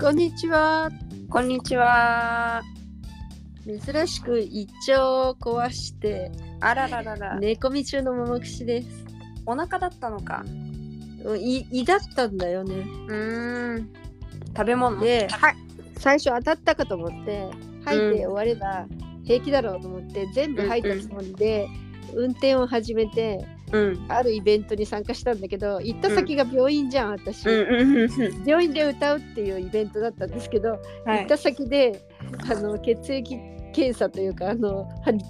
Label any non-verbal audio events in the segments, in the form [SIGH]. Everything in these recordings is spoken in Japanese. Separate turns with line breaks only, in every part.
こんにちは。
こんにちは。
珍しく胃腸を壊して
あらららら、
寝込み中の桃串です。
お腹だったのか。
うん胃胃だったんだよね。
うーん。食べ物。
で
はい。
最初当たったかと思って吐いて終われば平気だろうと思って全部吐いたつもりで運転を始めて
うん。
あるイベントに参加したんだけど行った先が病院じゃん私。
うんうんうん。
病院で歌うっていうイベントだったんですけど、
は
行っ
い。
た先であの血液検査というかあのは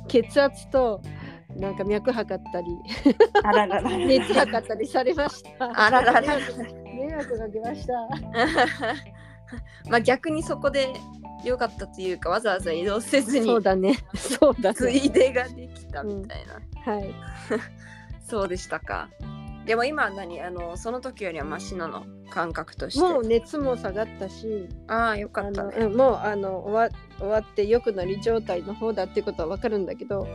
血圧となんか脈測ったり
あららら
[LAUGHS]
ら。
熱測ったりされました。
あらららら。
迷惑が出ました。
[LAUGHS] まあ逆にそこで良かったというかわざわざ移動せずに
そうだね。 [LAUGHS] そうだ
つ
ね。
いでができたみたいな。
はい。
そうでしたか。でも今は何あのその時よりはマシなの感覚として。
もう熱も下がったし、
ああよか
あ
った
の
ね。
うんもうあの終わ終わって良くなり状態の方だっていうことはわかるんだけど、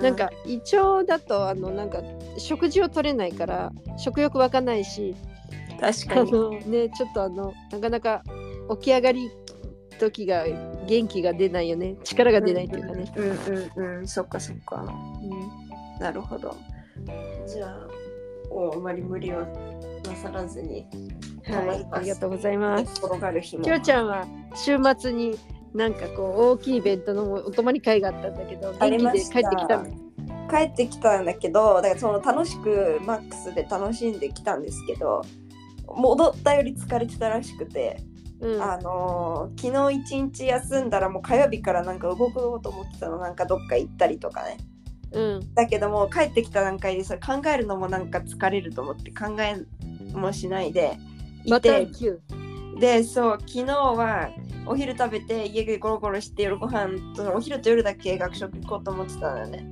う
なんか胃腸だとあのなんか食事を取れないから食欲湧かないし、
確
あ
かに。
の [LAUGHS] ねちょっとあのなかなか起き上がり時が元気が出ないよね力が出ないというかね、
うんうんうん、そっかそっか。なるほど。じゃあ、おあまり無理はなさらずに、
うんはいありがとうございます
転がる日も。
きょうちゃんは週末になんかこう大きいイベントのお泊まり会があったんだけど
あ
元
り
気
ま
で
し
帰ってきたの
帰ってきたんだけど、だからその楽しくマックスで楽しんできたんですけど、戻ったより疲れてたらしくて、
うん
あのー昨日一日休んだらもう火曜日からなんか動こうと思ってたのなんかどっか行ったりとかね
うん
だけども帰ってきた段階でそれ考えるのもなんか疲れると思って考えもしないでい
また
て、
9
でそう昨日はお昼食べて家でゴロゴロして夜ご飯とお昼と夜だけ学食行こうと思ってたのよね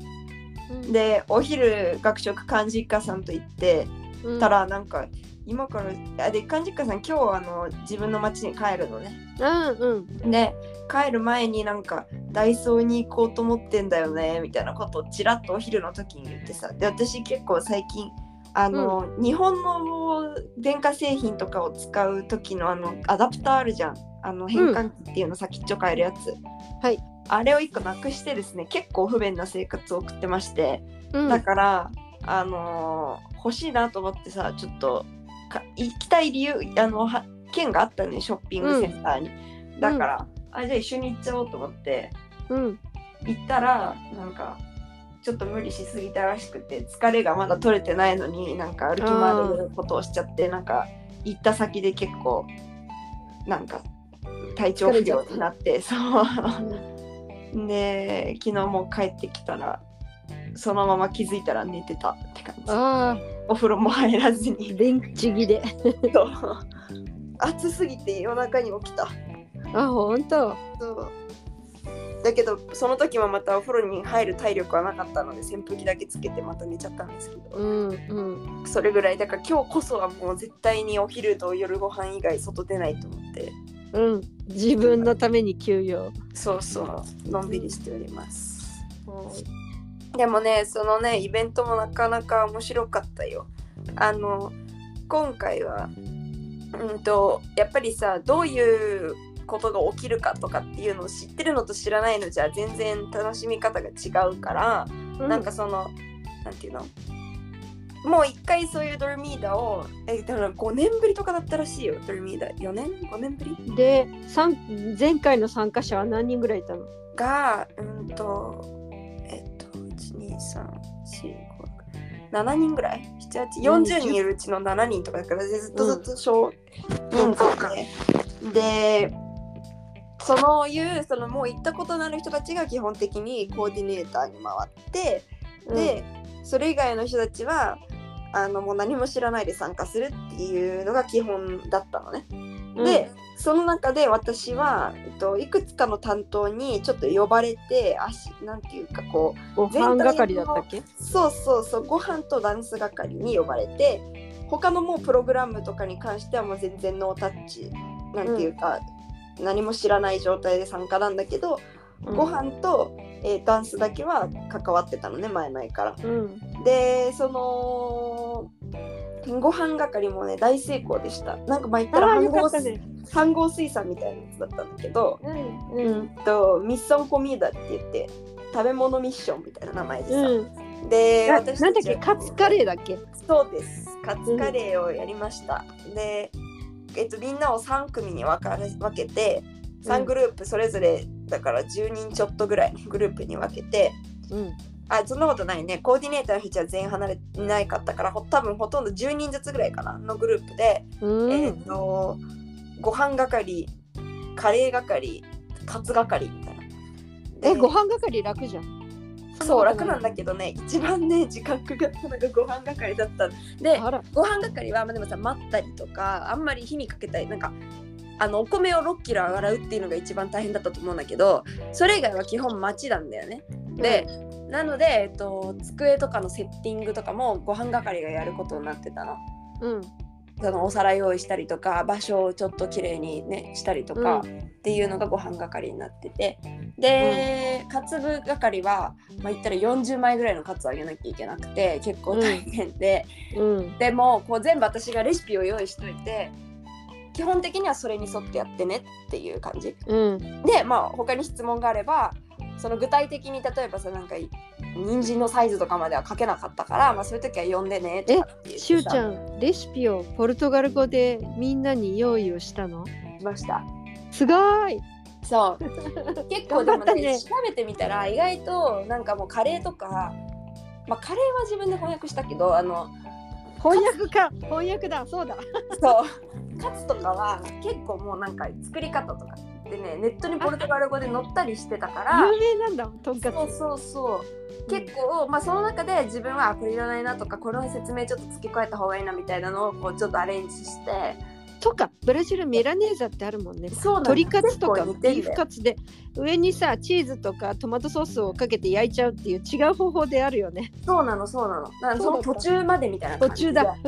でお昼学食漢字一家さんと行って
うん
たらなんか今からあで漢字一家さん今日あの自分の町に帰るのね
うんうん
で帰る前になんかダイソーに行こうと思ってんだよねみたいなことをちらっとお昼の時に言ってさで私結構最近あの、日本の電化製品とかを使う時のあのアダプターあるじゃんあの変換器っていうの先っちょ変えるやつ、
はい
あれを一個なくしてですね結構不便な生活を送ってまして
うん
だから、あのー欲しいなと思ってさちょっとか行きたい理由あのは券があったのねショッピングセンターに、だから、あじゃあ一緒に行っちゃおうと思って
うん
行ったらなんかちょっと無理しすぎたらしくて疲れがまだ取れてないのになんか歩き回ることをしちゃってなんか行った先で結構なんか体調不良になってそう。で昨日も帰ってきたらそのまま気づいたら寝てたって感じ
ああ
お風呂も入らずに
電池切れ
そう暑すぎて夜中に起きた
あほんと
そうだけどその時はまたお風呂に入る体力はなかったので扇風機だけつけてまた寝ちゃったんですけど
うんうん
それぐらいだから今日こそはもう絶対にお昼と夜ご飯以外外出ないと思って
うん自分のために休養
そうそうのんびりしております、でもねそのねイベントもなかなか面白かったよあの今回はうんとやっぱりさどういうことが起きるかとかっていうのを知ってるのと知らないのじゃ全然楽しみ方が違うから、なんかそのなんていうのもう一回そういうドルミーダをえだから5年ぶりとかだったらしいよドルミーダ4年5年ぶり
でさん前回の参加者は何人ぐらいいたの
がうんとえっと1234567人ぐらい
うん
7840人いるうちの7人とかだからずっとずっと少
うん
人数で、でそのいうそのもう行ったことのある人たちが基本的にコーディネーターに回って、でそれ以外の人たちはあのもう何も知らないで参加するっていうのが基本だったのね。
うん、
で、その中で私は、えっと、いくつかの担当にちょっと呼ばれて足なんていうかこ
ご飯係だったっけ
うそうそうそうご飯とダンス係に呼ばれて他のもうプログラムとかに関してはもう全然ノータッチなんていうか、何も知らない状態で参加なんだけど、ご飯と、えーダンスだけは関わってたのね前々から。
うん
でそのご飯係もね大成功でしたなんか前言った
あ
ら
あ、
飯
よか
合
った
水
ね。
飯合水産みたいなやつだったんだけど
うん。
う
うん。
んとミッションコミーダって言って食べ物ミッションみたいな名前でさ、
うん。
で
ななんだ
私た
っ
ち
け、
は
カツカレーだっけ。
そうですカツカレーをやりました、で、えっと、みんなを3組に分かれ分けて3グループそれぞれだから10人ちょっとぐらいのグループに分けて
うん。
あそんなことないねコーディネーターの人は全員離れいないかったからほ多分ほとんど10人ずつぐらいかなのグループで、
うん。
えっ、とご飯係カレー係カツ係みたいな。で
え、ご飯係楽じゃん。
そう楽なんだ
け
けどね一番ね時間かかったのがご飯係だったで
あら。
ご飯係はまあでもさ待ったりとかあんまり火にかけたりなんかあのお米を6キロ洗うっていうのが一番大変だったと思うんだけどそれ以外は基本待ちなんだよね。で、なので、えっと、机とかのセッティングとかもご飯係がやることになってたの。
うん。
そのお皿用意したりとか場所をちょっと綺麗にねしたりとか
う
っていうのがご飯係になっててで、カツ部係は、まあ、言ったら40枚ぐらいのカツをあげなきゃいけなくて結構大変で、
うん。
でもこう全部私がレシピを用意しといて基本的にはそれに沿ってやってねっていう感じ
うん。
でまあ他に質問があればその具体的に例えばさなんかい人参のサイズとかまでは書けなかったから、まあ、そういう時は呼んでねとかっていう
しゅうちゃん、レシピをポルトガル語でみんなに用意をしたの。
んました
すごーい。
そう
[LAUGHS]
結構
頑
で
張
も
った
ね
ね
調べてみたら意外となんかもうカレーとか、まあ、カレーは自分で翻訳したけどあの
翻訳か。翻訳だ。そうだ。
そうカツとかは結構もうなんか作り方とかでねネットにポルトガル語で載ったりしてたから
有名なんだ。とんかつ。
そうそうそう結構、まあ、その中で自分はあこれいらないなとかこの説明ちょっと付け加えた方がいいなみたいなのをこうちょっとアレンジして
とかブラジルミラネーザってあるもんね
そうなんだ
鶏カツとか
結構
ビ
似て
ー
んだ
フ
よ
カツで上にさチーズとかトマトソースをかけて焼いちゃうっていう違う方法であるよね
そうなのそうなのだからその
そうだ
途
った
中までみたいな
途
感じ
中
で
だ
で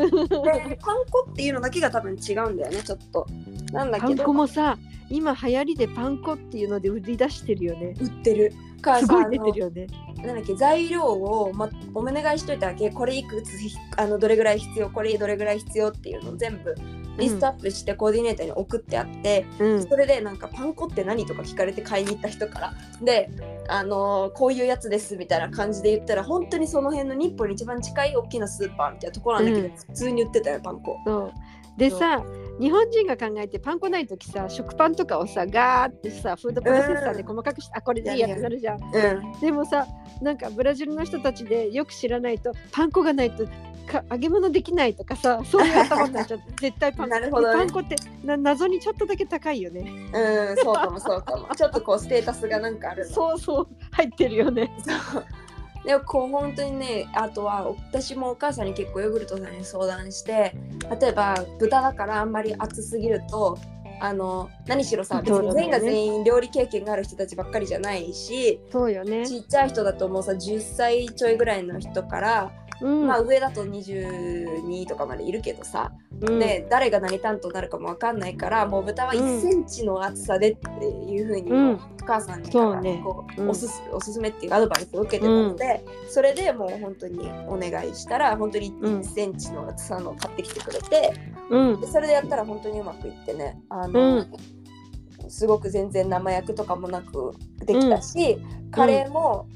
パン粉っていうのだけが多分違うんだよねちょっとなんだ
パ
け
ン
ど
粉もさ今流行りでパン粉っていうので売り出してるよね
売ってるか
す
ら
ご
さあ
い出て
の
るよね
なんだっけ材料を、ま、お願いしといただけこれいくつひあのどれぐらい必要これどれぐらい必要っていうのを全部リストアップしてコーディネーターに送ってあって、
うん
それでなんかパン粉って何とか聞かれて買いに行った人からで、あのーこういうやつですみたいな感じで言ったら本当にその辺の日本に一番近い大きなスーパーみたいなところなんだけど、
うん
普通に売ってたよパン粉。
そうでさ日本人が考えてパン粉ない時さ食パンとかをさガーってさフードプロセッサーで細かくして、あこれでいいやってなるじゃん
うん、
でもさなんかブラジルの人たちでよく知らないとパン粉がないとか揚げ物できないとかさそういう頭になっ [LAUGHS] ちゃって絶対パン粉
なるほど
パ
ね
ン粉ってな謎にちょっとだけ高いよね
うん、そうかもそうかも
[LAUGHS]
ちょっとこうステータスがなんかあるの
そうそう入ってるよね
でもこう本当にねあとは私もお母さんに結構ヨーグルトさんに相談して例えば豚だからあんまり熱すぎるとあの何しろさ別
[LAUGHS] そう
に
だね
全員が全員料理経験がある人たちばっかりじゃないし
そうよね
ちっちゃい人だともうさ10歳ちょいぐらいの人から、
うん、
まあ上だと22とかまでいるけどさ、
うん
で誰が何担当になるかもわかんないからもう豚は
うん
1センチの厚さでっていうふうに、
うん
お母さんに
そう
から
ね
こう
うん
おすすおすすめっていうかアドバイスを受けてたので、それでもう本当にお願いしたら本当に
うん
1センチの厚さのを買ってきてくれて、
うん
でそれでやったら本当にうまくいってねあ
う
の、
ん
すごく全然生役とかもなくできたし、カレーも、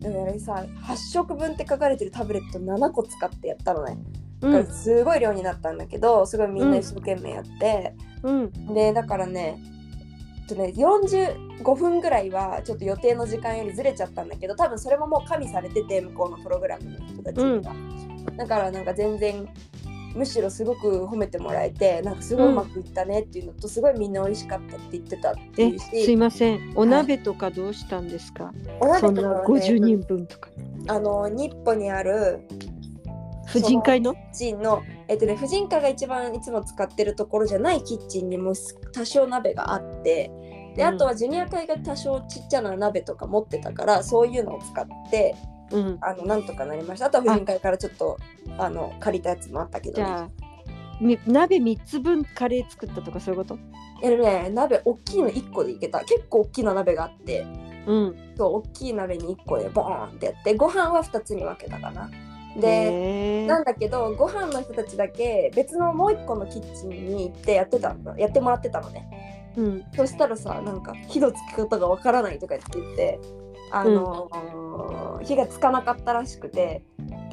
だからさ8食分って書かれてるタブレット7個使ってやったのね、
う
だ
ん
からすごい量になったんだけどすごいみんな一生懸命やって、
うん
でだからねえっとね、45分ぐらいはちょっと予定の時間よりずれちゃったんだけど多分それももう加味されてて向こうのプログラムの人たちが、だからなんか全然むしろすごく褒めてもらえてなんかすごいうまくいったねっていうのと、すごいみんな美味しかったって言ってたってい
え
う
す
し
いませんお鍋とかどうしたんですか、
お鍋
そん
とか
な
は
50
ね
人分とか
あの日本にある
婦人会の
キッチンの、えっとね、婦人科が一番いつも使ってるところじゃないキッチンにも多少鍋があってで
うん
あとはジュニア会が多少ちっちゃな鍋とか持ってたからそういうのを使って
うん
あのなんとかなりましたあとは婦人会からちょっとあの借りたやつもあったけど
じ
ね、
ゃあみ鍋3つ分カレー作ったとかそういうこと
えっとね鍋大きいの1個でいけた結構大きな鍋があって
うん
そう大きい鍋に1個でボーンってやってご飯は2つに分けたかなで、
へー
なんだけどご飯の人たちだけ別のもう一個のキッチンに行ってやってたのやってもらってたのね。
うん
そしたらさなんか火のつき方がわからないとか言って言ってあのー火がつかなかったらしくて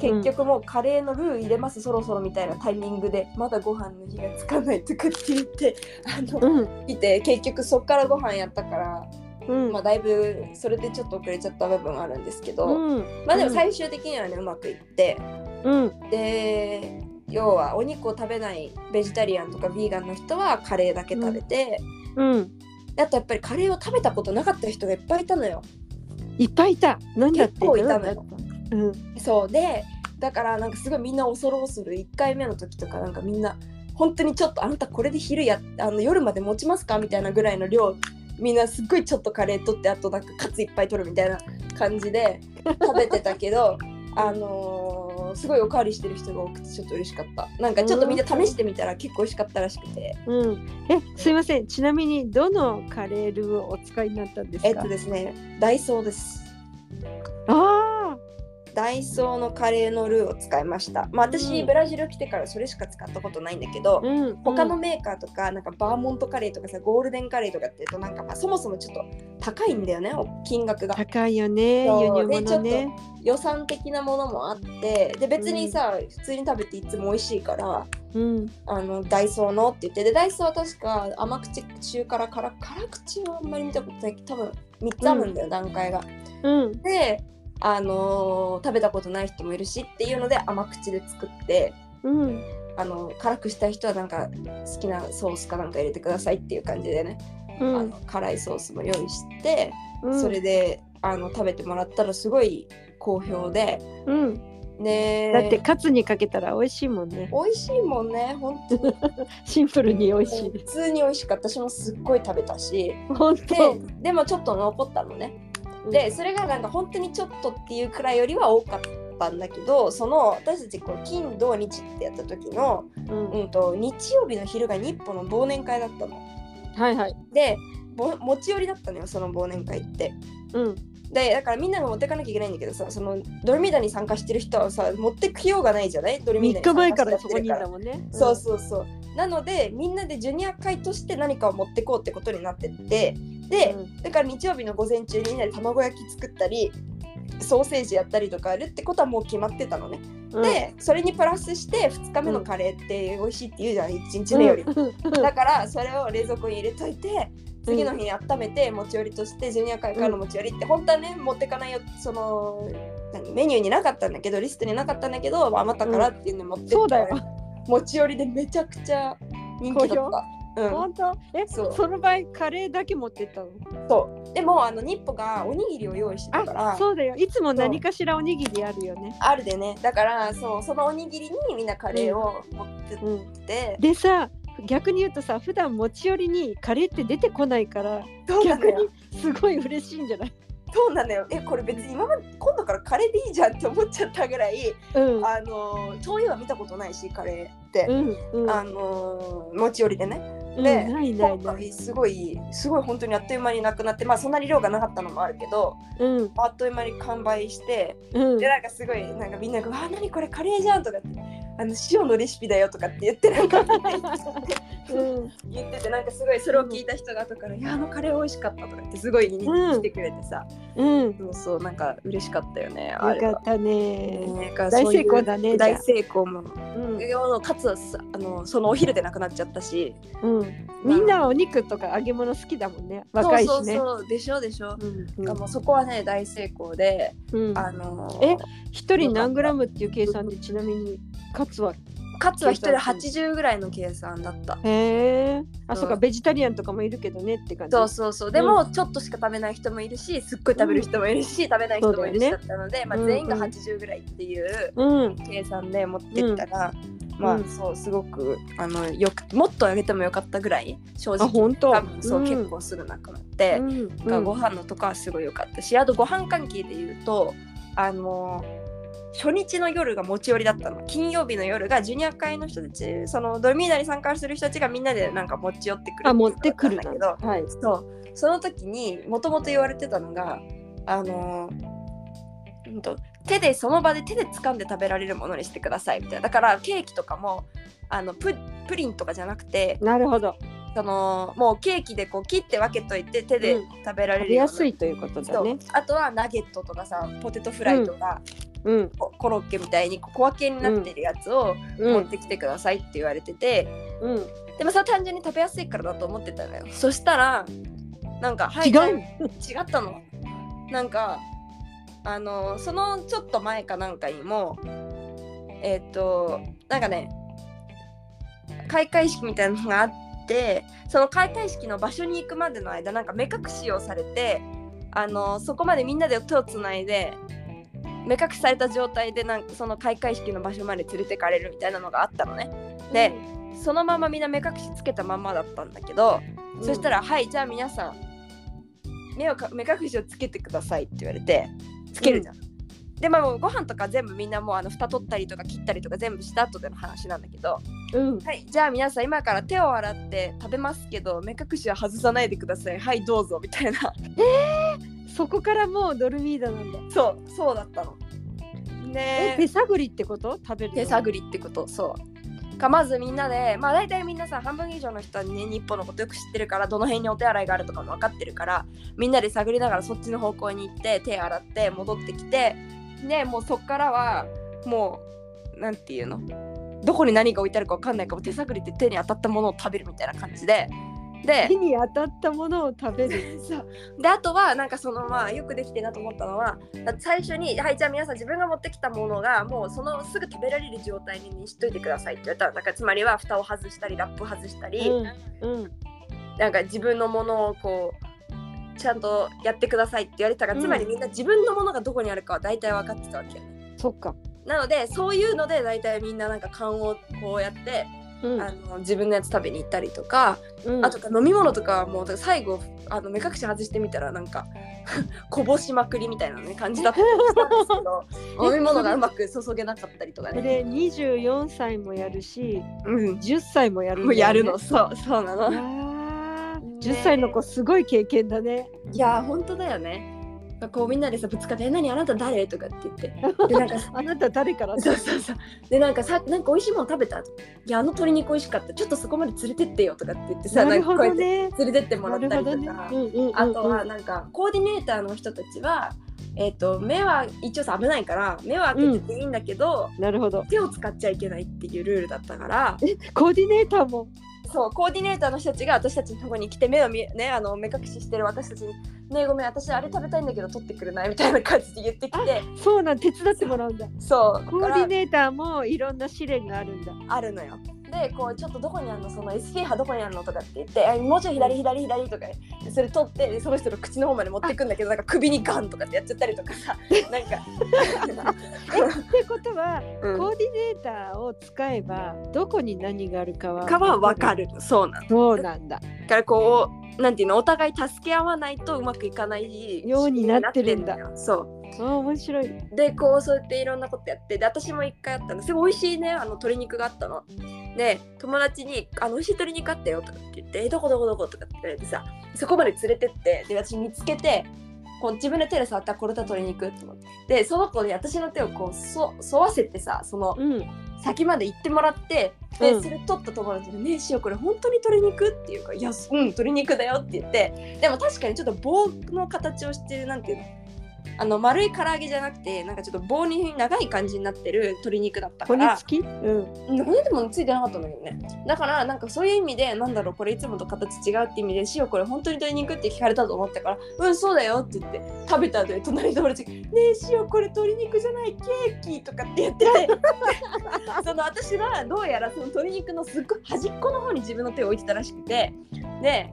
結局もうカレーのルー入れますそろそろみたいなタイミングでまだご飯の火がつかないとかって言ってあの
うん
来て結局そっからご飯やったから、
うん
まあ、だいぶそれでちょっと遅れちゃった部分あるんですけど、
うん
まあでも最終的にはねうまくいって
うん
で要はお肉を食べないベジタリアンとかビーガンの人はカレーだけ食べて。
うん
あとやっぱりカレーを食べたことなかった人がいっぱいいたのよ。
いっぱいいた何だって
結構いたの
何だ
よ。
ってうん
そうでだからなんかすごいみんな恐る恐る1回目の時とかなんかみんな本当にちょっとあなたこれで昼やあの夜まで持ちますかみたいなぐらいの量みんなすっごいちょっとカレー取ってあとなんかカツいっぱい取るみたいな感じで食べてたけ
[LAUGHS]
どあのーすごいおかわりしてる人が多くてちょっと嬉しかったなんかちょっとみんな試してみたら結構美味しかったらしくて
うんえすいませんちなみにどのカレールーをお使いになったんですか
えっとですねダイソーです
あ
ダイソーのカレーのルーを使いました。まあ、私、
うん
ブラジル来てからそれしか使ったことないんだけど、
あうん
他のメーカーとかなんかバーモントカレーとかさゴールデンカレーとかっていうとなんかまあそもそもちょっと高いんだよねお金額が
高いよね輸
そ
入
うでちょ
物
っと
ね
予算的なものもあってで別にさ、普通に食べていつも美味しいから
うん
あのダイソーのって言ってでダイソーは確か甘口中辛辛辛口はあんまり見たことないけど多分3つあるんだよ、段階が
うん
であのー食べたことない人もいるしっていうので甘口で作って
うん
あの辛くしたい人はなんか好きなソースかなんか入れてくださいっていう感じでね、
う
あ
ん
の辛いソースも用意して、
うん
それであの食べてもらったらすごい好評で
うん
ね
だってカツにかけたら美味しいもんね
美味しいもんね本当に
シンプルに美味しい
普通に美味しかった私もすっごい食べたし
本
で
当
でもちょっと残ったのねでそれがなんか本当にちょっとっていうくらいよりは多かったんだけどその私たちこう金土日ってやった時の、
うん
うん、と日曜日の昼が日本の忘年会だったの。
はいはい
でぼ持ち寄りだったのよその忘年会って。
うん
でだからみんなが持ってかなきゃいけないんだけどさそのドルミダに参加してる人はさ持ってきようがないじゃないドルミダ
3日
に参加
前
して
からそこにい
やって
た
る
もんね
らそうそうそう。なのでみんなでジュニア会として何かを持ってこうってことになってってで、
うん
だから日曜日の午前中にみんなで卵焼き作ったりソーセージやったりとかやるってことはもう決まってたのね。
うん
でそれにプラスして2日目のカレーって美味しいって言うじゃん1日目より。だからそれを冷蔵庫に入れといて次の日に温めて持ち寄りとしてジュニア会からの持ち寄りって本当はね持ってかないよその何メニューになかったんだけどリストになかったんだけど余ったからっていうの持ってった
そうだよ
持ち寄りでめちゃくちゃ人気だった。うん、
本当え
そう
その場合カレーだけ持ってったの
そうでもあのニッポがおにぎりを用意してたから
あそうだよいつも何かしらおにぎりあるよね
あるでねだからそうそのおにぎりにみんなカレーを持ってっ
うん
て、
でさ逆に言うとさ普段持ち寄りにカレーって出てこないから
そうなの
逆
よ
にすごい嬉しいんじゃない
そうなのよえこれ別に今まで今度からカレーでいいじゃんって思っちゃったぐらい
うん
あのーそういうのは見たことないしカレーって
う、んうん
あのー持ち寄りでね
うんな
で
いない
今
ない
回すごいすごい本当にあっという間になくなってまあそんなに量がなかったのもあるけど
うん
あっという間に完売して
うん
でなんかすごいなんかみんなが「わあ何これカレーじゃん」とかって「あの塩のレシピだよ」とかって言ってなんか
うん
言っててなんかすごいそれを聞いた人が後から「いやあのカレー美味しかった」とかってすごい言いに来てくれてさ、
うん
そうそうなんか嬉しかったよねあ
よ
れ
か
は。
ったね
ねなんか
大
そうい
成
う
功だねじゃ
大
あ
成功も
うん
要のかつさあのそのお昼でなくなっちゃったし
うんみんなはお肉とか揚げ物好きだもんね若いしね
そうそうそうでしょでしょ、
うん
なんかもうそこはね大成功で、
うん
あのー
え一人何グラムっていう計算でちなみにカツは
かつは一人80ぐらいの計算だった
へえあ
そう
そうかベジタリアンとかもいるけどねって感じ
そうそうそうでも、ちょっとしか食べない人もいるしすっごい食べる人もいるし、食べない人もいる
そ
し
うだよ
だったので、まあ、
うんうん
全員が80ぐらいっていう
うん
計算で持ってったら、
う
まあ
ん
そうすごくあのよくもっとあげてもよかったぐらい正
あ
直
本当
多分そう、
ん
結構すぐなくなって。
うん
が
う
ご
ん
飯のとかはすごい良かったし、あとご飯関係で言うとあの初日の夜が持ち寄りだったの金曜日の夜がジュニア会の人たちそのドルミーダに参加する人たちがみんなでなんか持ち寄ってくる
あ持ってくる
だ
な
けど
はい
そうその時にもともと言われてたのがあのうんと手でその場で手で掴んで食べられるものにしてくださいみたいなだからケーキとかもあのププリンとかじゃなくて
なるほど。
そのもうケーキでこう切って分けといて手で
うん
食べられ
食
る
べ
よう
や
な
すいということだね。
そうあとはナゲットとかさポテトフライとか、
うん
こコロッケみたいにこう小分けになってるやつを
う
持っ
ん
てきてくださいって言われてて、
うん。
でもそれは単純に食べやすいからだと思ってたのよそしたらなんかはい
違う。
違ったのなんかあのそのちょっと前かなんかにもえっ、となんかね開会式みたいなのがあってその開会式の場所に行くまでの間なんか目隠しをされてあのそこまでみんなで手をつないで目隠しされた状態でなんかその開会式の場所まで連れてかれるみたいなのがあったのね。でそのままみんな目隠しつけたまんまだったんだけど、
うん
そしたら「はいじゃあ皆さん目をか目隠しをつけてください」って言われてつけるじゃん。でまあもうご飯とか全部みんなもうあの蓋取ったりとか切ったりとか全部した後での話なんだけど
うん
はいじゃあ皆さん今から手を洗って食べますけど目隠しは外さないでくださいはいどうぞみたいな [LAUGHS]
そこからもうドルミーダなんだ。
そうそうだったの。
え
ね
手探りってこと食べるの
手探りってことそうかまずみんなでまあ大体みんなさ半分以上の人はね日本のことよく知ってるからどの辺にお手洗いがあるとかも分かってるからみんなで探りながらそっちの方向に行って手洗って戻ってきてねもうそっからはもうなんていうのどこに何が置いてあるか分かんないから手探りって手に当たったものを食べるみたいな感じでで
手に当たったものを食べる。
そうであとはなんかそのまあよくできてるなと思ったのは最初に「はいじゃあ皆さん自分が持ってきたものがもうそのすぐ食べられる状態にしといてください」って言ったらなんかつまりは蓋を外したりラップ外したり、
うんうん
なんか自分のものをこうちゃんとやってくださいって言われてたから、
うん
つまりみんな自分のものがどこにあるかは大体分かってたわけよね。
そっか。
なのでそういうので大体みんななんか缶をこうやって、
うん
あの自分のやつ食べに行ったりとか、
うん
あとか飲み物とかはもうだから最後あの目隠し外してみたらなんか [LAUGHS] こぼしまくりみたいな、ね、感じだったりしたんです
[LAUGHS]
けど飲み物がうまく注げなかったりとか
こ
ね、
れ24歳もやるし
うん、
10歳もやるん
も
だ
う
よ
や
ね
るのそうそうなの
あー
ね
10歳の子すごい経験だね。
いやー本当だよねこうみんなでさぶつかって「え何あなた誰?」とかって言ってでな
[LAUGHS]
んか
あなた誰から
そうそうそうでなんかさなんか美味しいもの食べたいやあの鶏肉美味しかったちょっとそこまで連れてってよとかって言ってさ
なる
んか
ほ
こうや
ど
って
ね。
連れてってもら
な
った
る
りと
ほ
か
どね。うんうんうんうん
あとはなんかコーディネーターの人たちは、えー、と目は一応さ危ないから目は開けてていいんだけど、
なるほど。
手を使っちゃいけないっていうルールだったから
コーディネーターも。
そうコーディネーターの人たちが私たちのところに来て目を見、ね、あの目隠ししてる私たちに「ねえごめん私あれ食べたいんだけど取ってくれない?」みたいな感じで言ってきて
そうなん手伝ってもらうんだ。
そう
コ
だ
ー
か
ディ
ら
ネーターもいろんな試練があるん
[LAUGHS]
だ。
あるのよ。でこうちょっとどこにあるのその SK 波どこにあるのとかって言ってえもうちょい左左左とかでそれ取ってでその人の口の方まで持ってくんだけどなんか首にガンとかってやっちゃった
[LAUGHS]
りとかさなんか、
ってことは
うん
コーディネーターを使えばどこに何があるかは
かは分か。るそうなの
そうなんだ。
だからこうなんていうのお互い助け合わないとうまくいかない
ようになってるんだ
よそ
あー面白い。
うでこうそうやっていろんなことやってで私も一回あったのすごい美味しいねあの鶏肉があったので友達に「あの美味しい鶏肉あったよ」とかって言ってえ「どこどこどこ?」とかって言われてさそこまで連れてってで私見つけてこう自分の手で触ったらこれだ鶏肉って思ってでその子に私の手をこうそ沿わせてさその
うん。
先まで行ってもらってで、
うん
それ取った友達に「ねえ塩これ本当に鶏肉?」っていうから「いやうん鶏肉だよ」って言ってでも確かにちょっと棒の形をしてるなんていうのあの丸い唐揚げじゃなくてなんかちょっと棒に長い感じになってる鶏肉だったか
骨
ら
付き？うん。
うん骨でもついてなかったんだけどねだからなんかそういう意味でなんだろうこれいつもと形違うって意味で「塩これ本当に鶏肉?」って聞かれたと思ったから「うんそうだよ」って言って食べた後に隣の友達が「ねえ塩これ鶏肉じゃないケーキ」とかって言っててその私はどうやらその鶏肉のすっごい端っこの方に自分の手を置いてたらしくてで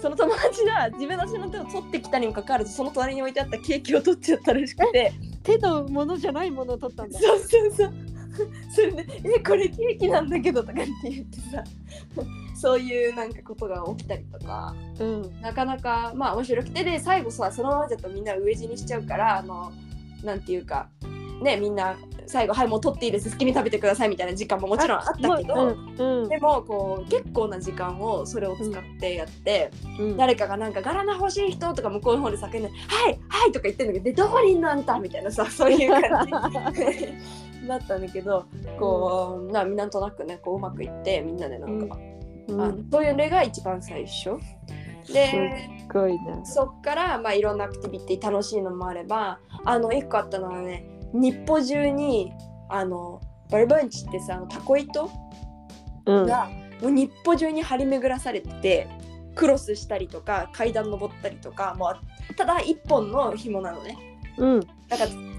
その友達が自分の足の手を取ってきたにもかかわらずその隣に置いてあったケーキを取っちゃったらしくて。
手のものじゃないものを取ったんだ。
そうそうそう。それで「えこれケーキなんだけど」とかって言ってさ [LAUGHS] そういうなんかことが起きたりとか
うん。
なかなかまあ面白くてで最後さそのままだとみんな飢え死にしちゃうからあのなんていうかねみんな最後「はいもう取っていいです好きに食べてください」みたいな時間ももちろんあったけど、
うんうん
でもこう結構な時間をそれを使ってやって、
うん、
誰かがなんか「ガラナ欲しい人」とか向こうの方で叫んで「はいはい」とか言ってんだけど「でどこにいんのあんた」みたいなさ [LAUGHS] そういう感じだったんだけどこうななんとなくねこううまくいってみんなでなんか、
う
あの
ん、
そういうのが一番最初。で、
すごいな。
そっから、まあ、いろんなアクティビティ楽しいのもあればあの一個あったのはね日本中にあのバルバンチってさあのタコ糸
うん、
が、もう日本中に張り巡らされててクロスしたりとか階段登ったりとかもうただ一本の紐なのね。
うん、
なんか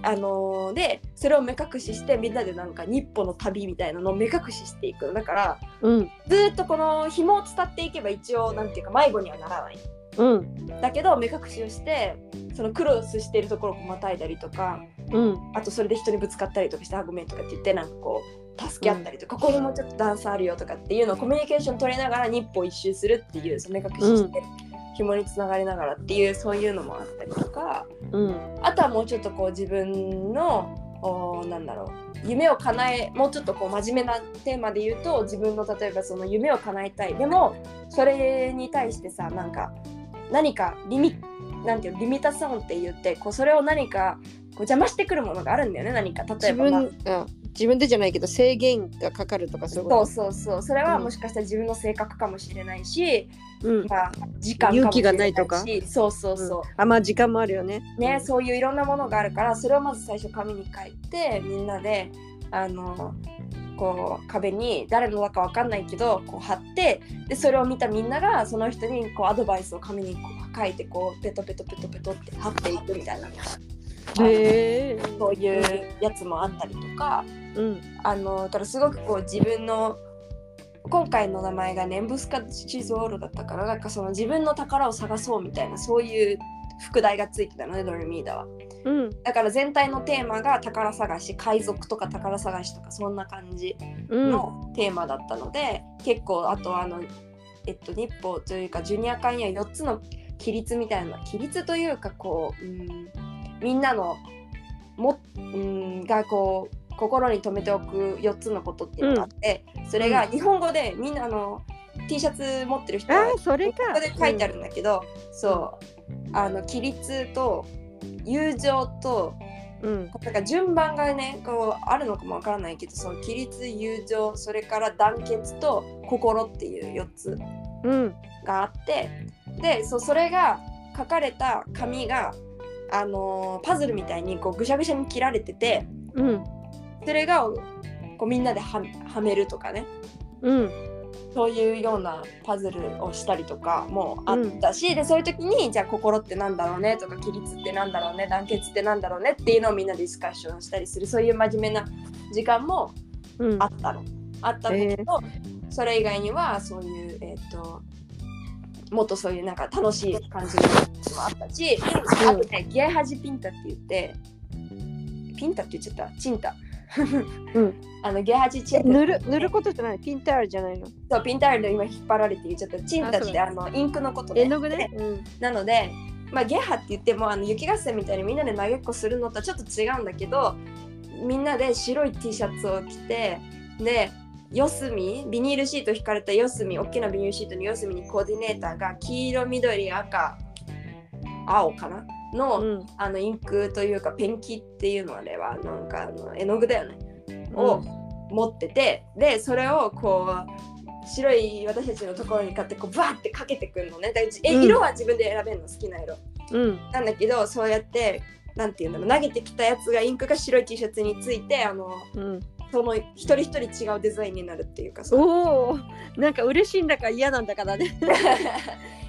あのーでそれを目隠ししてみんなでなんか日本の旅みたいなのを目隠ししていくのだから
うん、
ずーっとこの紐を伝っていけば一応なんていうか迷子にはならない。
うん、
だけど目隠しをしてそのクロスしてるところをまたいだりとか
うん、
あとそれで人にぶつかったりとかして「あごめん」とかって言ってなんかこう助け合ったりとか、ここにもちょっと段差あるよとかっていうのをコミュニケーション取りながら日歩一周するっていうその目隠しして紐につながりながらっていうそういうのもあったりとか
うん、
あとはもうちょっとこう自分のおーなんだろう夢を叶えもうちょっとこう真面目なテーマで言うと自分の例えばその夢を叶えたいでもそれに対してさなんか何かリミなんていうのリミタソンって言ってこうそれを何かこう邪魔してくるものがあるんだよね何か例
自
えば、まあ
分、あ、自分でじゃないけど、制限がかかるとか、そういう
そ
こ
うそうそうそれはもしかしたら自分の性格かもしれないし、
と。うん、
まあ、時間かもしれ
勇気がないとか
しそうそうそう、
あ、まあ、時間もあるよね。
ね、そういういろんなものがあるからそれをまず最初紙に書いてみんなであのこう壁に誰のだかわかんないけどこう貼ってでそれを見たみんながその人にこうアドバイスを紙にこう書いてこうペトペトペトペトって貼っていくみたいな
へえ。
そういうやつもあったりとか
うん、
あのだからすごくこう自分の今回の名前がネンブスカチゾールだったからなんかその自分の宝を探そうみたいなそういう副題がついてたのねドルミーダは。
うん、
だから全体のテーマが宝探し海賊とか宝探しとかそんな感じ
うん、
のテーマだったので、結構あとあのえっと日報というかジュニア館や4つの規律みたいな規律というかこう、うん、みんなのも、うん、がこう心に留めておく4つのことっていうのがあって、それが日本語でみんなあの T シャツ持ってる人は
ああ、それ
こ
か。
こで書いてあるんだけど、そうあの規律と友情と
うん。
なんか順番がねこうあるのかもわからないけどその規律友情それから団結と心っていう4つ
うん、
があってでそうそれが書かれた紙が、あのーパズルみたいにこうぐしゃぐしゃに切られてて
うん、
それがこうみんなでははめるとかね
うん、
そういうようなパズルをしたりとかもあったし、でそういう時にじゃあ心ってなんだろうねとか規律ってなんだろうね団結ってなんだろうねっていうのをみんなディスカッションしたりするそういう真面目な時間も
うん
あ。ったの。あったんだけど、それ以外にはそういう、えー、ともっとそういうなんか楽しい感じのもあったし、あとねギアハジピンタって言ってピンタって言っちゃったチンタ。
うん
[LAUGHS] あのゲハジチンタ
塗る、塗ることじゃない、ピンタールじゃないの。
そうピンタールで今引っ張られて言っちゃったチンタ
あ
っ
そう
てあのインクのこと
絵
ね
の具ね。うん。
なので、まあ、ゲハって言ってもあの雪合戦みたいにみんなで投げっこするのとはちょっと違うんだけどみんなで白い T シャツを着てで四隅ビニールシート引かれた四隅大きなビニールシートの四隅にコーディネーターが黄色緑赤青かなの,、
うん。
あのインクというかペンキっていうのあれはなんかあの絵の具だよねを持っててでそれをこう白い私たちのところに買ってこうバーってかけてくるのねだからじえ
うん
色は自分で選べるの好きな色
うん。
なんだけどそうやってなんていうんだろう投げてきたやつがインクが白い T シャツについてあの
うん。
その一人一人違うデザインになるっていうか [LAUGHS] さ
おお。なんか嬉しいんだか嫌なんだかだね。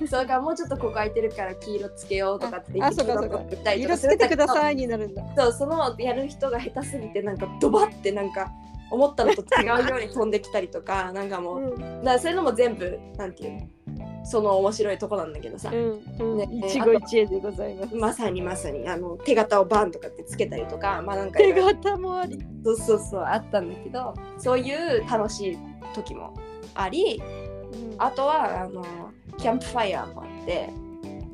それからもうちょっとここ空いてるから黄色つけようとかって
あ、そうかそう
黄色
か
と。ったりと
[LAUGHS] 色
か
つけてくだ
い
さいになるんだ。
そうそのやる人が下手すぎてなんかドバってなんか思ったのと違うように飛んできたりとかなんかもう
うん。
だからそういうのも全部なんていうのその面白いとこなんだけどさ、
うん。
ね
一期一会でございます。
まさにまさにあの手形をバンとかってつけたりとかまあなんか
手形もあり。
そうそうそうあったんだけどそういう楽しい時もありあとはあのキャンプファイヤーもあって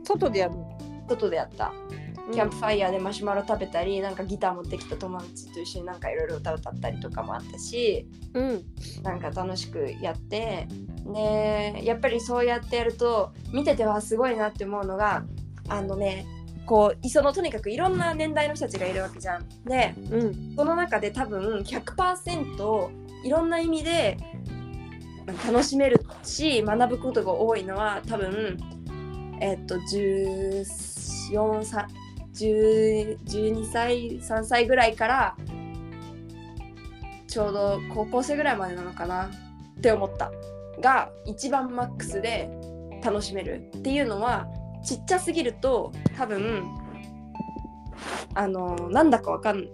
外でやるの。
外でやったキャンプファイヤーでマシュマロ食べたり、なんかギター持ってきた友達と一緒になんかいろいろ歌歌ったりとかもあったし
うん
なんか楽しくやってでやっぱりそうやってやると見ててはすごいなって思うのがあのねこうそのとにかくいろんな年代の人たちがいるわけじゃん。で
うん
その中で多分100%いろんな意味で楽しめるし学ぶことが多いのは多分えっと14歳10 12歳3歳ぐらいからちょうど高校生ぐらいまでなのかなって思ったが一番マックスで楽しめるっていうのはちっちゃすぎると多分あのなんだかわかん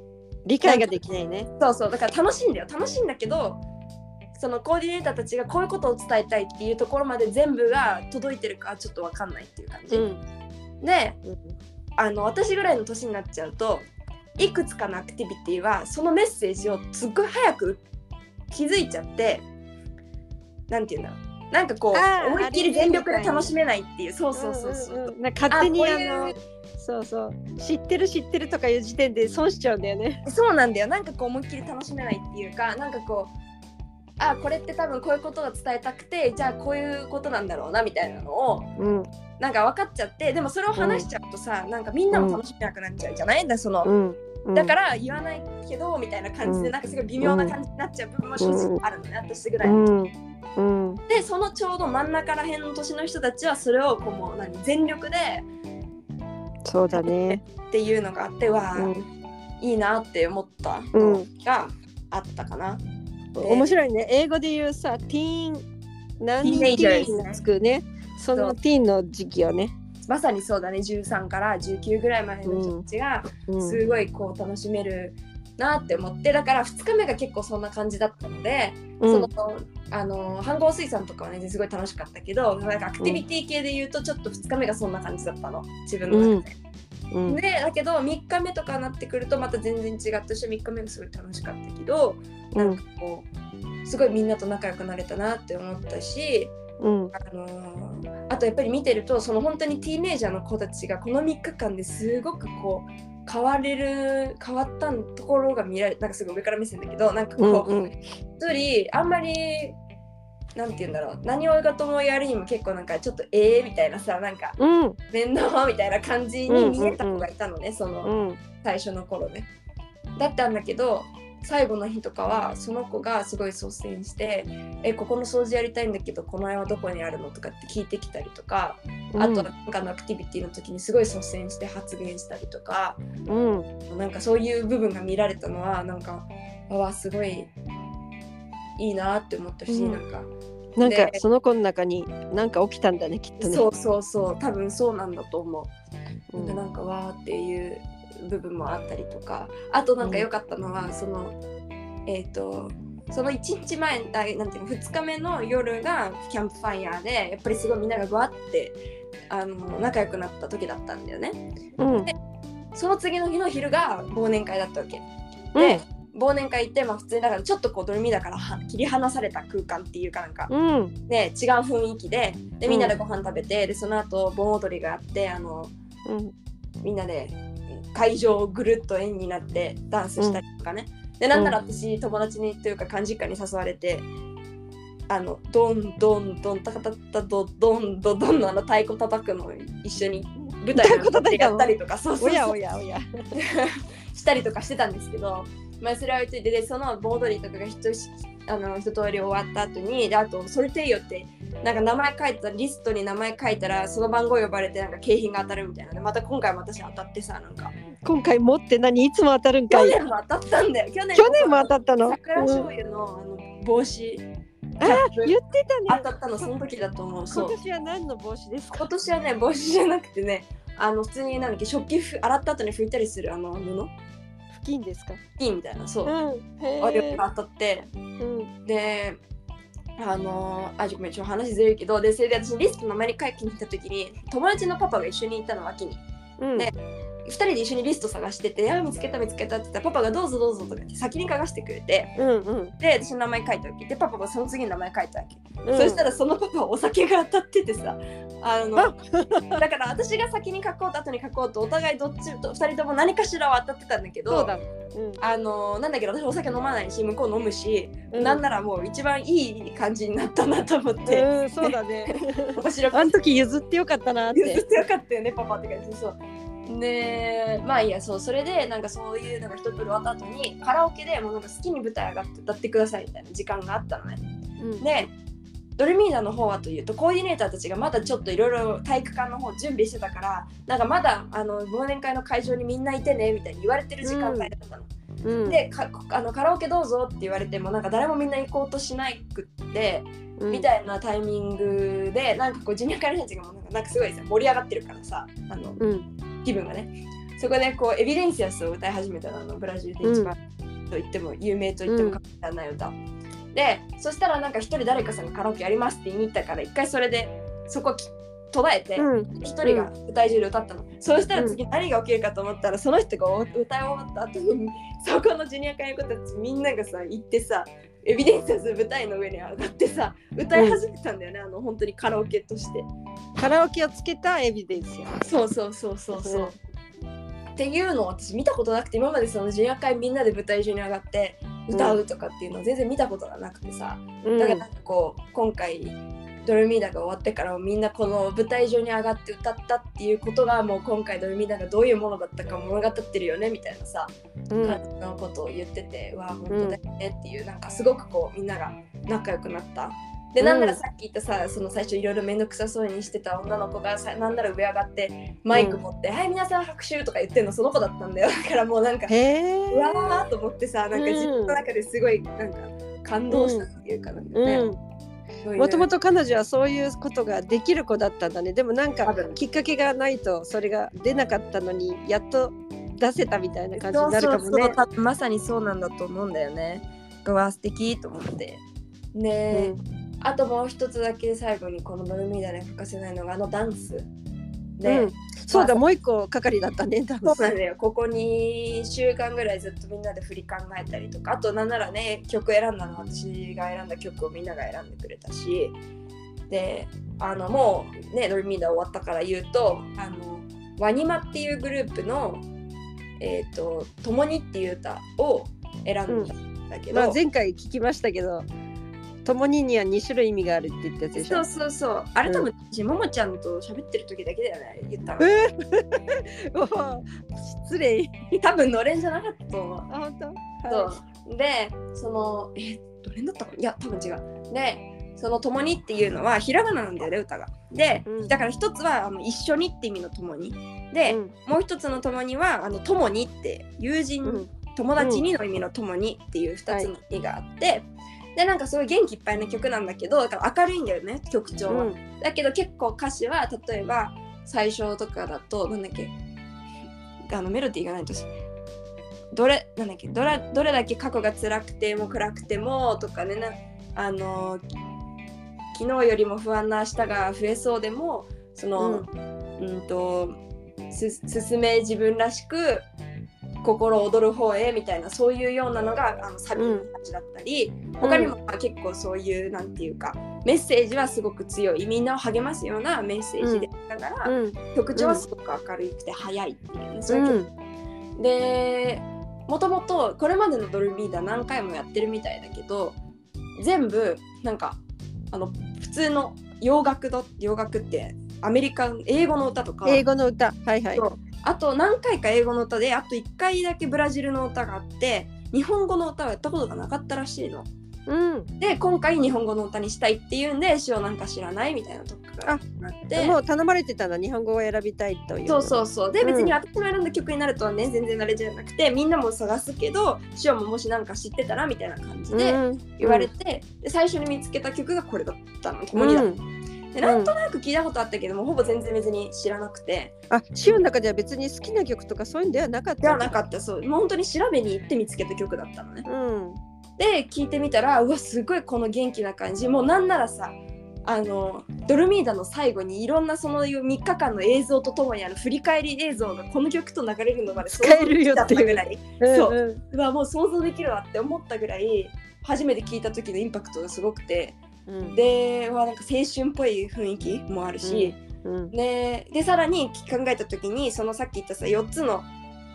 理解ができないね
そうそうだから楽しいんだよ楽しいんだけどそのコーディネーターたちがこういうことを伝えたいっていうところまで全部が届いてるかちょっと分かんないっていう感じ、
ん
であの私ぐらいの年になっちゃうといくつかのアクティビティはそのメッセージをすっごい早く気づいちゃってなんていうんだろうなんかこ
あー
う思いっきり
あれね
全力で楽しめないっていうそうそうそうそう、
んんんなんか勝手に
あこういう
あのそうそう知ってる知ってるとかいう時点で損しちゃうんだよね
そうなんだよなんかこう思いっきり楽しめないっていうかなんかこうあこれって多分こういうことが伝えたくてじゃあこういうことなんだろうなみたいなのを
うん
なんか分かっちゃってでもそれを話しちゃうとさ、なんかみんなも楽しめなくなっちゃうじゃないだその、
うん
だから言わないけどみたいな感じで、
うん
なんかすごい微妙な感じになっちゃう部分は正直あるのね、私ぐらい、
うんうん
でそのちょうど真ん中ら辺の年の人たちはそれをこうもう何全力で
そうだ [LAUGHS] ね
っていうのがあっては、
うん
いいなって思った
う
のがあったかな。
面白いね英語で言うさティーン何人テ
Teenagers
ィーンがつくねそ
そ
の
う
ティーンの時期をね
まさにそうだね13から19ぐらいまでの人たちが
うん
すごいこう楽しめるなって思ってだから2日目が結構そんな感じだったので、
うん
そのあの飯合水産とかはねすごい楽しかったけどなんかアクティビティ系で言うとちょっと2日目がそんな感じだったの自分の中で。
うん
でだけど3日目とかになってくるとまた全然違ったし3日目がすごい楽しかったけどなんかこうすごいみんなと仲良くなれたなって思ったし。
うん
あのーあとやっぱり見てるとその本当にティーネイジャーの子たちがこの3日間ですごくこう変われる変わったところが見られなんかすごい上から目線だけどなんか
うん
こう
う
一、
ん
人あんまりなんて言うんだろう何を事もやるにも結構なんかちょっとええみたいなさなんか
うん
面倒みたいな感じに見えた子がいたのね、その
うん
最初の頃ね。だったんだけど最後の日とかはその子がすごい率先して「えここの掃除やりたいんだけどこの辺はどこにあるの?」とかって聞いてきたりとか、あとなんかのアクティビティの時にすごい率先して発言したりとか
うん
なんかそういう部分が見られたのはなんかあわすごいいいなって思ったし、
うん
なんか
なんか
で
その子の中になんか起きたんだねきっとね
そうそうそう多分そうなんだと思う。
うん
なんかなんかわーっていう部分もあったりとかあとなんか良かったのは、そのえっ、とその1日前あなんていうの2日目の夜がキャンプファイヤーでやっぱりすごいみんながわーってあの仲良くなった時だったんだよね
うん
その次の日の昼が忘年会だったわけ
うん
で忘年会行ってまあ普通にだからちょっとこうドルミだからは切り離された空間っていうかなんか
うん
ね違う雰囲気ででみんなでご飯食べてでその後盆踊りがあってあの
うん
みんなで会場をぐるっと円になってダンスしたりとかね、でなんなら私友達にというか幹事家に誘われてあのドンドンドンタカタタドドンドドンのあの太鼓叩くのを一緒に舞台
太鼓叩いた
や
の
ったりとかそうそ
お
う
や
そ
お
う
やおや
[LAUGHS] したりとかしてたんですけど、まあ、それは置いといてでその盆踊りとかが一しあの一通り終わった後にであとソルテイヨってなんか名前書いたリストに名前書いたらその番号呼ばれてなんか景品が当たるみたいなでまた今回も私当たってさなんか
今回持って何いつも当たるんか
去
い
年も当たったんだよ。去年
去年も当たったの
桜
うん
醤油のあの帽
あ
子、
ー言ってた
当
ね
たったのその時だと思う。そ
今
う。
年は何の帽子ですか
今年はね帽子じゃなくてね、あの普通になんだっけ食器ふ洗った後に拭いたりするあの布
付近ですか
巾みたいなそうう。
んへ
あれ
え
が当たって
うん
で。あのー、あ、ごめん、ちょっと話ずれるけど、で、それで私、リストの名前に書いてきたときに、友達のパパが一緒にいたの、脇に。
うん
ね2人で一緒にリスト探してて「あ見つけた見つけた」って言ったらパパが「どうぞどうぞ」とか言って先に書かしてくれて
うんうん
で私の名前書いたわけでパパがその次の名前書いたわけ、
うん
そしたらそのパパはお酒が当たっててさあのだから私が先に書こうと後に書こうとお互いどっちと2人とも何かしらは当たってたんだけ
そう
ど
だうん
あのなんだけど私お酒飲まないし向こう飲むし、
うん
なんならもう一番いい感じになったなと思って、
うんそうだね [LAUGHS]
面白く
あの時譲ってよかったなっ
譲っててよかったよねパパって感じそうねまあいいやそうそれでなんかそういうなんか一通り終わった後にカラオケでもうなんか好きに舞台上がって歌ってくださいみたいな時間があったのね
うん
でドルミーナの方はというとコーディネーターたちがまだちょっといろいろ体育館の方準備してたからなんかまだあの忘年会の会場にみんないてねみたいに言われてる時間帯だったの、
うん
でかあのカラオケどうぞって言われてもなんか誰もみんな行こうとしないくって、
うん
みたいなタイミングでなんかこうジュニア会の人たちがもうなんかなんかすごいさ盛り上がってるからさあの
うん
気分がねそこでこうエビデンシアスを歌い始めたのあのブラジルで一番と言っても有名と言っても過言ない歌、でそしたらなんか一人誰かさんがカラオケやりますって言いに行ったから一回それでそこき途絶えて、
うん
一人が舞台中で歌ったの、そうしたら次何が起きるかと思ったらその人がお歌い終わった後にそこのジュニア会の子たちみんながさ行ってさエビデンス舞台の上に上がってさ歌い始めたんだよね、あの本当にカラオケとして
カラオケをつけたエビデンスや
そうそうそうそうそう、っていうのを私見たことなくて今までそのジュニア会みんなで舞台中に上がって歌うとかっていうのを全然見たことがなくてさ、
うん
だからなんかこう今回ドルミーダが終わってからもみんなこの舞台上に上がって歌ったっていうことがもう今回ドルミーダがどういうものだったか物語ってるよねみたいなさ、
うん
感じのことを言っててわあ本当だよねっていう、なんかすごくこうみんなが仲良くなった。で
うん
なんならさっき言ったさその最初いろいろ面倒くさそうにしてた女の子がさなんなら上上がってマイク持って「はい皆さん拍手」とか言ってんのその子だったんだよだからもうなんか
へえ
うわーと思ってさなんか
うん
自分の中ですごいなんか感動したっていうかなんかね、
もともと彼女はそういうことができる子だったんだねでもなん
多
か
分
きっかけがないとそれが出なかったのにやっと出せたみたいな感じになるかも
そうそうそ
ね
う多分まさにそうなんだと思うんだよね。うわ素敵と思って。ねえ、あともう一つだけ最後にこのドルミーダに欠かせないのがあのダンス。ね、
うんそうだもう一個係だったねダン
そう
ス
なんだよここ2週間ぐらいずっとみんなで振り考えたりとかあとなんならね曲選んだのは私が選んだ曲をみんなが選んでくれたしであのもうねドルミーダ終わったから言うとあのワニマっていうグループの「えー、と共に」っていう歌を選んだんだけど、
まあ、前回聞きましたけど「ともに」には2種類意味があるって言ったやつでし
そ
ょ
うそうそうあれ多分私ももちゃんと喋ってる時だけだよね言ったの
え [LAUGHS] おー失礼
多分のれんじゃなかったと思う
あ本当
そ
は
うでそのえどれだったかないや多分違うでその「共に」っていうのはひらがななんだよね歌がで、
うん
だから一つはあの一緒にって意味の「共に」
い
で、
うん
もう一つの「共には」あの「共に」って友人、
うん
友達にの意味の「共に」っていう2つの意味があって、でなんかすごい元気いっぱいな曲なんだけどだから明るいんだよね曲調は、
うん
だけど結構歌詞は例えば最初とかだとなんだっけあのメロディーがないとしどれなんだっけどれどれだけ過去が辛くても暗くてもとかねなあの昨日よりも不安な明日が増えそうでもその、うん、とす進め自分らしく心躍る方へみたいなそういうようなのがあのサビの感じだったり、他にもまあ結構そういうなんていうかメッセージはすごく強いみんなを励ますようなメッセージでだから、
うん
曲調はすごく明るくて速いっていうね、そういう曲
うん
でもともとこれまでのドルビーダ何回もやってるみたいだけど全部なんかあの普通の洋楽の洋楽ってアメリカン英語の歌とか
英語の歌はいはい
そうあと何回か英語の歌であと1回だけブラジルの歌があって日本語の歌はやったことがなかったらしいの。
うん
で今回日本語の歌にしたいっていうんで詩をなんか知らないみたいなとこからなって
もう頼まれてたんだ日本語を選びたいという
そうそうそうで
うん
別に私の選んだ曲になるとはね全然慣れじゃなくてみんなも探すけど詩をももしなんか知ってたらみたいな感じで
うん
言われて、で最初に見つけた曲がこれだったの共にだ、
うん
でなんとなく聞いたことあったけどもほぼ全然別に知らなくて
あシオの中では別に好きな曲とかそういうんではなかった
ではなかったそうもう本当に調べに行って見つけた曲だったのね
うん
で聞いてみたらうわすごいこの元気な感じもうなんならさあのドルミーダの最後にいろんなその3日間の映像とともにあの振り返り映像がこの曲と流れるのまで想
使え
像
る
で
よ
きた
っ
ってた
いう
ぐらいそううわもう想像できるわって思ったぐらい初めて聞いた時のインパクトがすごくて
うん
ではなんか青春っぽい雰囲気もあるし、
うん
ででさらに考えた時にそのさっき言ったさ4つの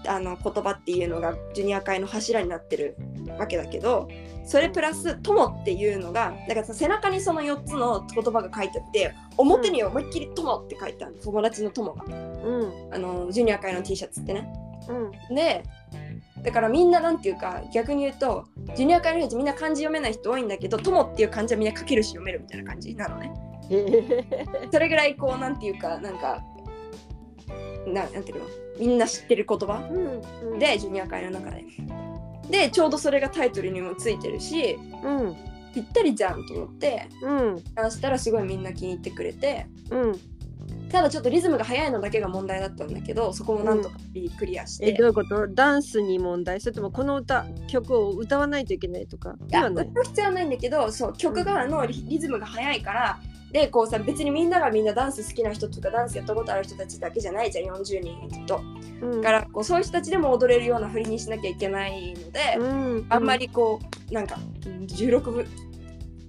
あの言葉っていうのがジュニア界の柱になってるわけだけどそれプラス「友」っていうのがだからさ背中にその4つの言葉が書いてあって表には思いっきり「友」って書いてあるの友達の友が
うん
あのジュニア界の T シャツってね。
うん
でだからみんななんていうか逆に言うとジュニア界の人たちみんな漢字読めない人多いんだけど「友」っていう漢字はみんな書けるし読めるみたいな感じなのね。
へえ
それぐらいこうなんていうかなんかななんていうのみんな知ってる言葉
うん
でジュニア会の中で。でちょうどそれがタイトルにもついてるし
うん
ぴったりじゃんと思って
うん
話したらすごいみんな気に入ってくれて
うん
ただちょっとリズムが速いのだけが問題だったんだけどそこもなんとかクリアして、
えどういうことダンスに問題それともこの歌曲を歌わないといけないとか
い
で
や
はな
歌
いう
必要はないんだけどそう曲がのリリズムが速いからでこうさ別にみんながみんなダンス好きな人とかダンスやったことある人たちだけじゃないじゃん40人きっと。
うん
だからこうそういう人たちでも踊れるような振りにしなきゃいけないので、
うん
あんまりこうなんか16分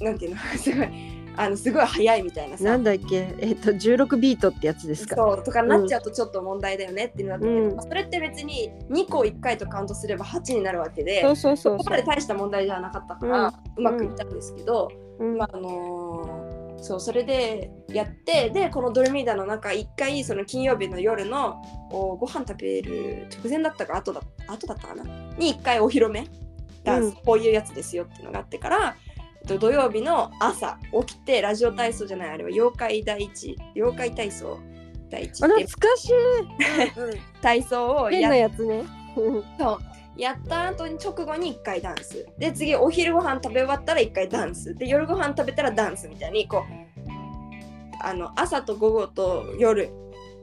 なんていうの [LAUGHS] すごいあのすごい早いみたいな
な
さ
んだっけえっと16ビートってやつですか
そうとかなっちゃうとちょっと問題だよねっていうのだったけど、
うん
まあそれって別に2個1回とカウントすれば8になるわけで。
うそうそ
ここまで大した問題じゃなかったから、うまくいったんですけど、
うん
まああのーそうそれでやってでこの「ドルミーダ」の中一回その金曜日の夜のおご飯食べる直前だったか後だ後だったかなに一回お披露目ダンス、
うん
こういうやつですよっていうのがあってからえっと土曜日の朝起きてラジオ体操じゃないあれは妖怪第一妖怪体操第一
あ
って
懐
いう
かしい、
[LAUGHS] 体操を
変
やっ
なやつね
そうやった後に直後に1回ダンスで次お昼ご飯食べ終わったら1回ダンスで夜ご飯食べたらダンスみたいにこうあの朝と午後と夜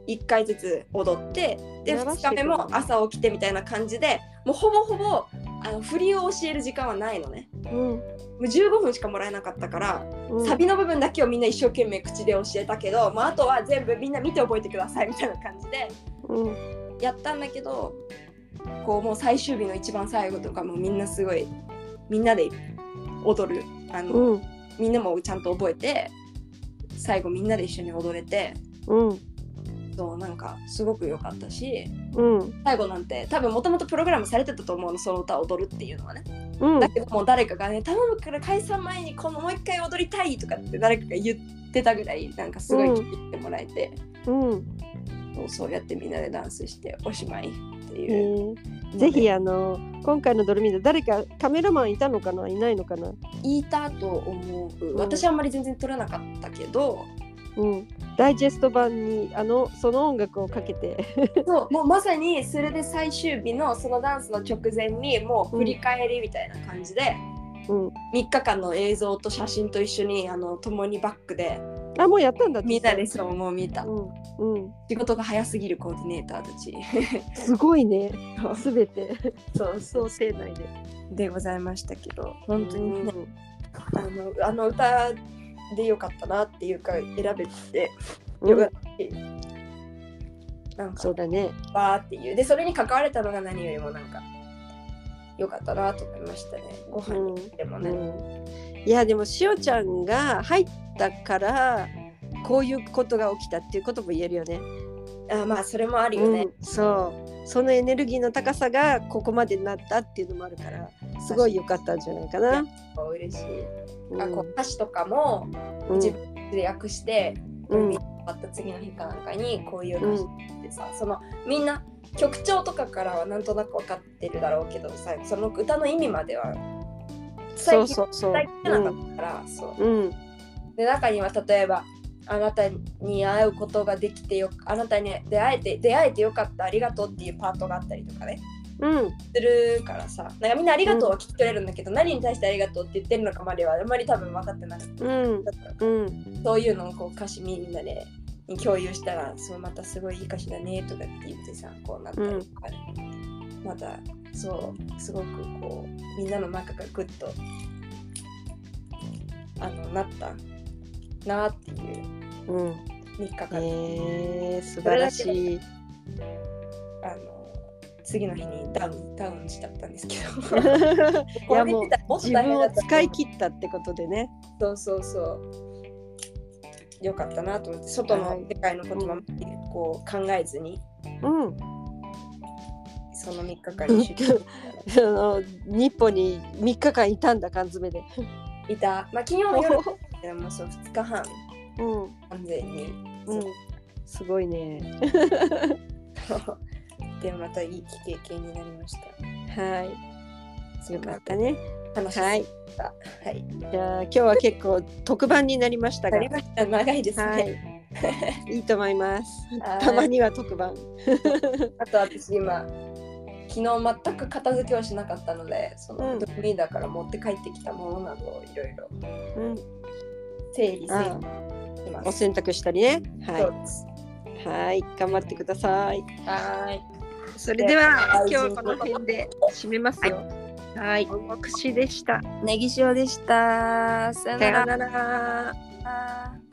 1回ずつ踊ってで
やら
2
して
日
くれ
目
る
も朝起きてみたいな感じでもうほぼほぼあの振りを教える時間はないのね
うん
もう15分しかもらえなかったから
うん
サビの部分だけをみんな一生懸命口で教えたけど、まあ、あとは全部みんな見て覚えてくださいみたいな感じで
うん
やったんだけどこうもう最終日の一番最後とかもみんなすごいみんなで踊るあの、
うん
みんなもちゃんと覚えて最後みんなで一緒に踊れて
うん
そうなんかすごく良かったし
うん
最後なんて多分もともとプログラムされてたと思うのその歌を踊るっていうのはね
うん
だけどもう誰かがね頼むから解散前にこのもう一回踊りたいとかって誰かが言ってたぐらいなんかすごい聞いてもらえて、
うん
そうそうやってみんなでダンスしておしまいって
え
いう、
ーぜひあの今回のドルミーダ誰かカメラマンいたのかないないのかな
言いたと思う、
ん
私はあんまり全然撮れなかったけど
うんダイジェスト版にあのその音楽をかけて
そうもうまさにそれで最終日のそのダンスの直前にもう振り返りみたいな感じで、
うん
3日間の映像と写真と一緒にあの共にバックで
あもうやったんだ
見たですすよもう見た
うんうん
仕事が早すぎるコーディネーターたち [LAUGHS]
すごいね
そう
すべて
そうそう
生内で
でございましたけど本
本
当
当
に
に
ね、あのあの歌でよかったなっていうか選べてよかったし、なんか
そうだね
わーっていうでそれに関われたのが何よりもなんか良かったなと思いましたねご飯に来てもね、
いやでもしおちゃんが入ったからこういうことが起きたっていうことも言えるよね。
あまあそれもあるよね、
うんそうそのエネルギーの高さがここまでになったっていうのもあるからすごい良かったんじゃないかな。
嬉しい、
うん
あこう歌詞とかも
うん
自分で訳して、
うん
見終わった次の日かなんかにこういう歌詞ってさ、そのみんな曲調とかからはなんとなく分かってるだろうけどさその歌の意味までは
そうそうそう。
伝えきれなかったから、そう
うんうん
で中には例えばあなたに会うことができてよあなたに出会えて出会えてよかったありがとうっていうパートがあったりとかね
うん
するからさなんかみんなありがとうは聞き取れるんだけど、何に対してありがとうって言ってるのかまではあんまり多分分かってなくて、
うん
だか
う
ら
ん
そういうのをこう歌詞みんなでに共有したらそうまたすごいいい歌詞だねとかって言ってさこうなったりとか、ねまたそうすごくこうみんなの中がグッとあのなったなっていう
うん。
3日間、
えー、素晴らしい。
あの次の日にダウンダウンしちゃったんですけ
[LAUGHS]
ど
いやもう
これ見たらもっと
自
大変
分
だ
を
ったと思う
使い切ったってことでね。
そうそうそう。よかったなと思って、外
は
の
い
世界のこともこう考えずに、
うん。
その3日間に集中
あの日本に3日間いたんだ缶詰 [LAUGHS] で。
いた。まあ、昨日
[LAUGHS]
の夜でもそう2日半、
うん。
完全に。
うん。すごいね。
で、またいい経験になりました。
はい。よかったね。
楽しか
は
っ
い。
た。はい。
じゃあ今日は結構特番になりました
な
が
り。ました。長いですね。
はい。いいと思います。
はい
たまに [LAUGHS] は特番。
あと私今、昨日全く片付けはしなかったので、その
うん
ドミーだから持って帰ってきたものなどをいろいろ
うん。
整理整
あ
理しま
お
す。
洗濯したりね。
そう
は
です
い。はい。頑張ってください。
はーい。
そ
れでは
今日はこの辺で締めますよ。はい。おもくしでした。
ネギ塩でした。さよ
さよ
な
うなら。
ら。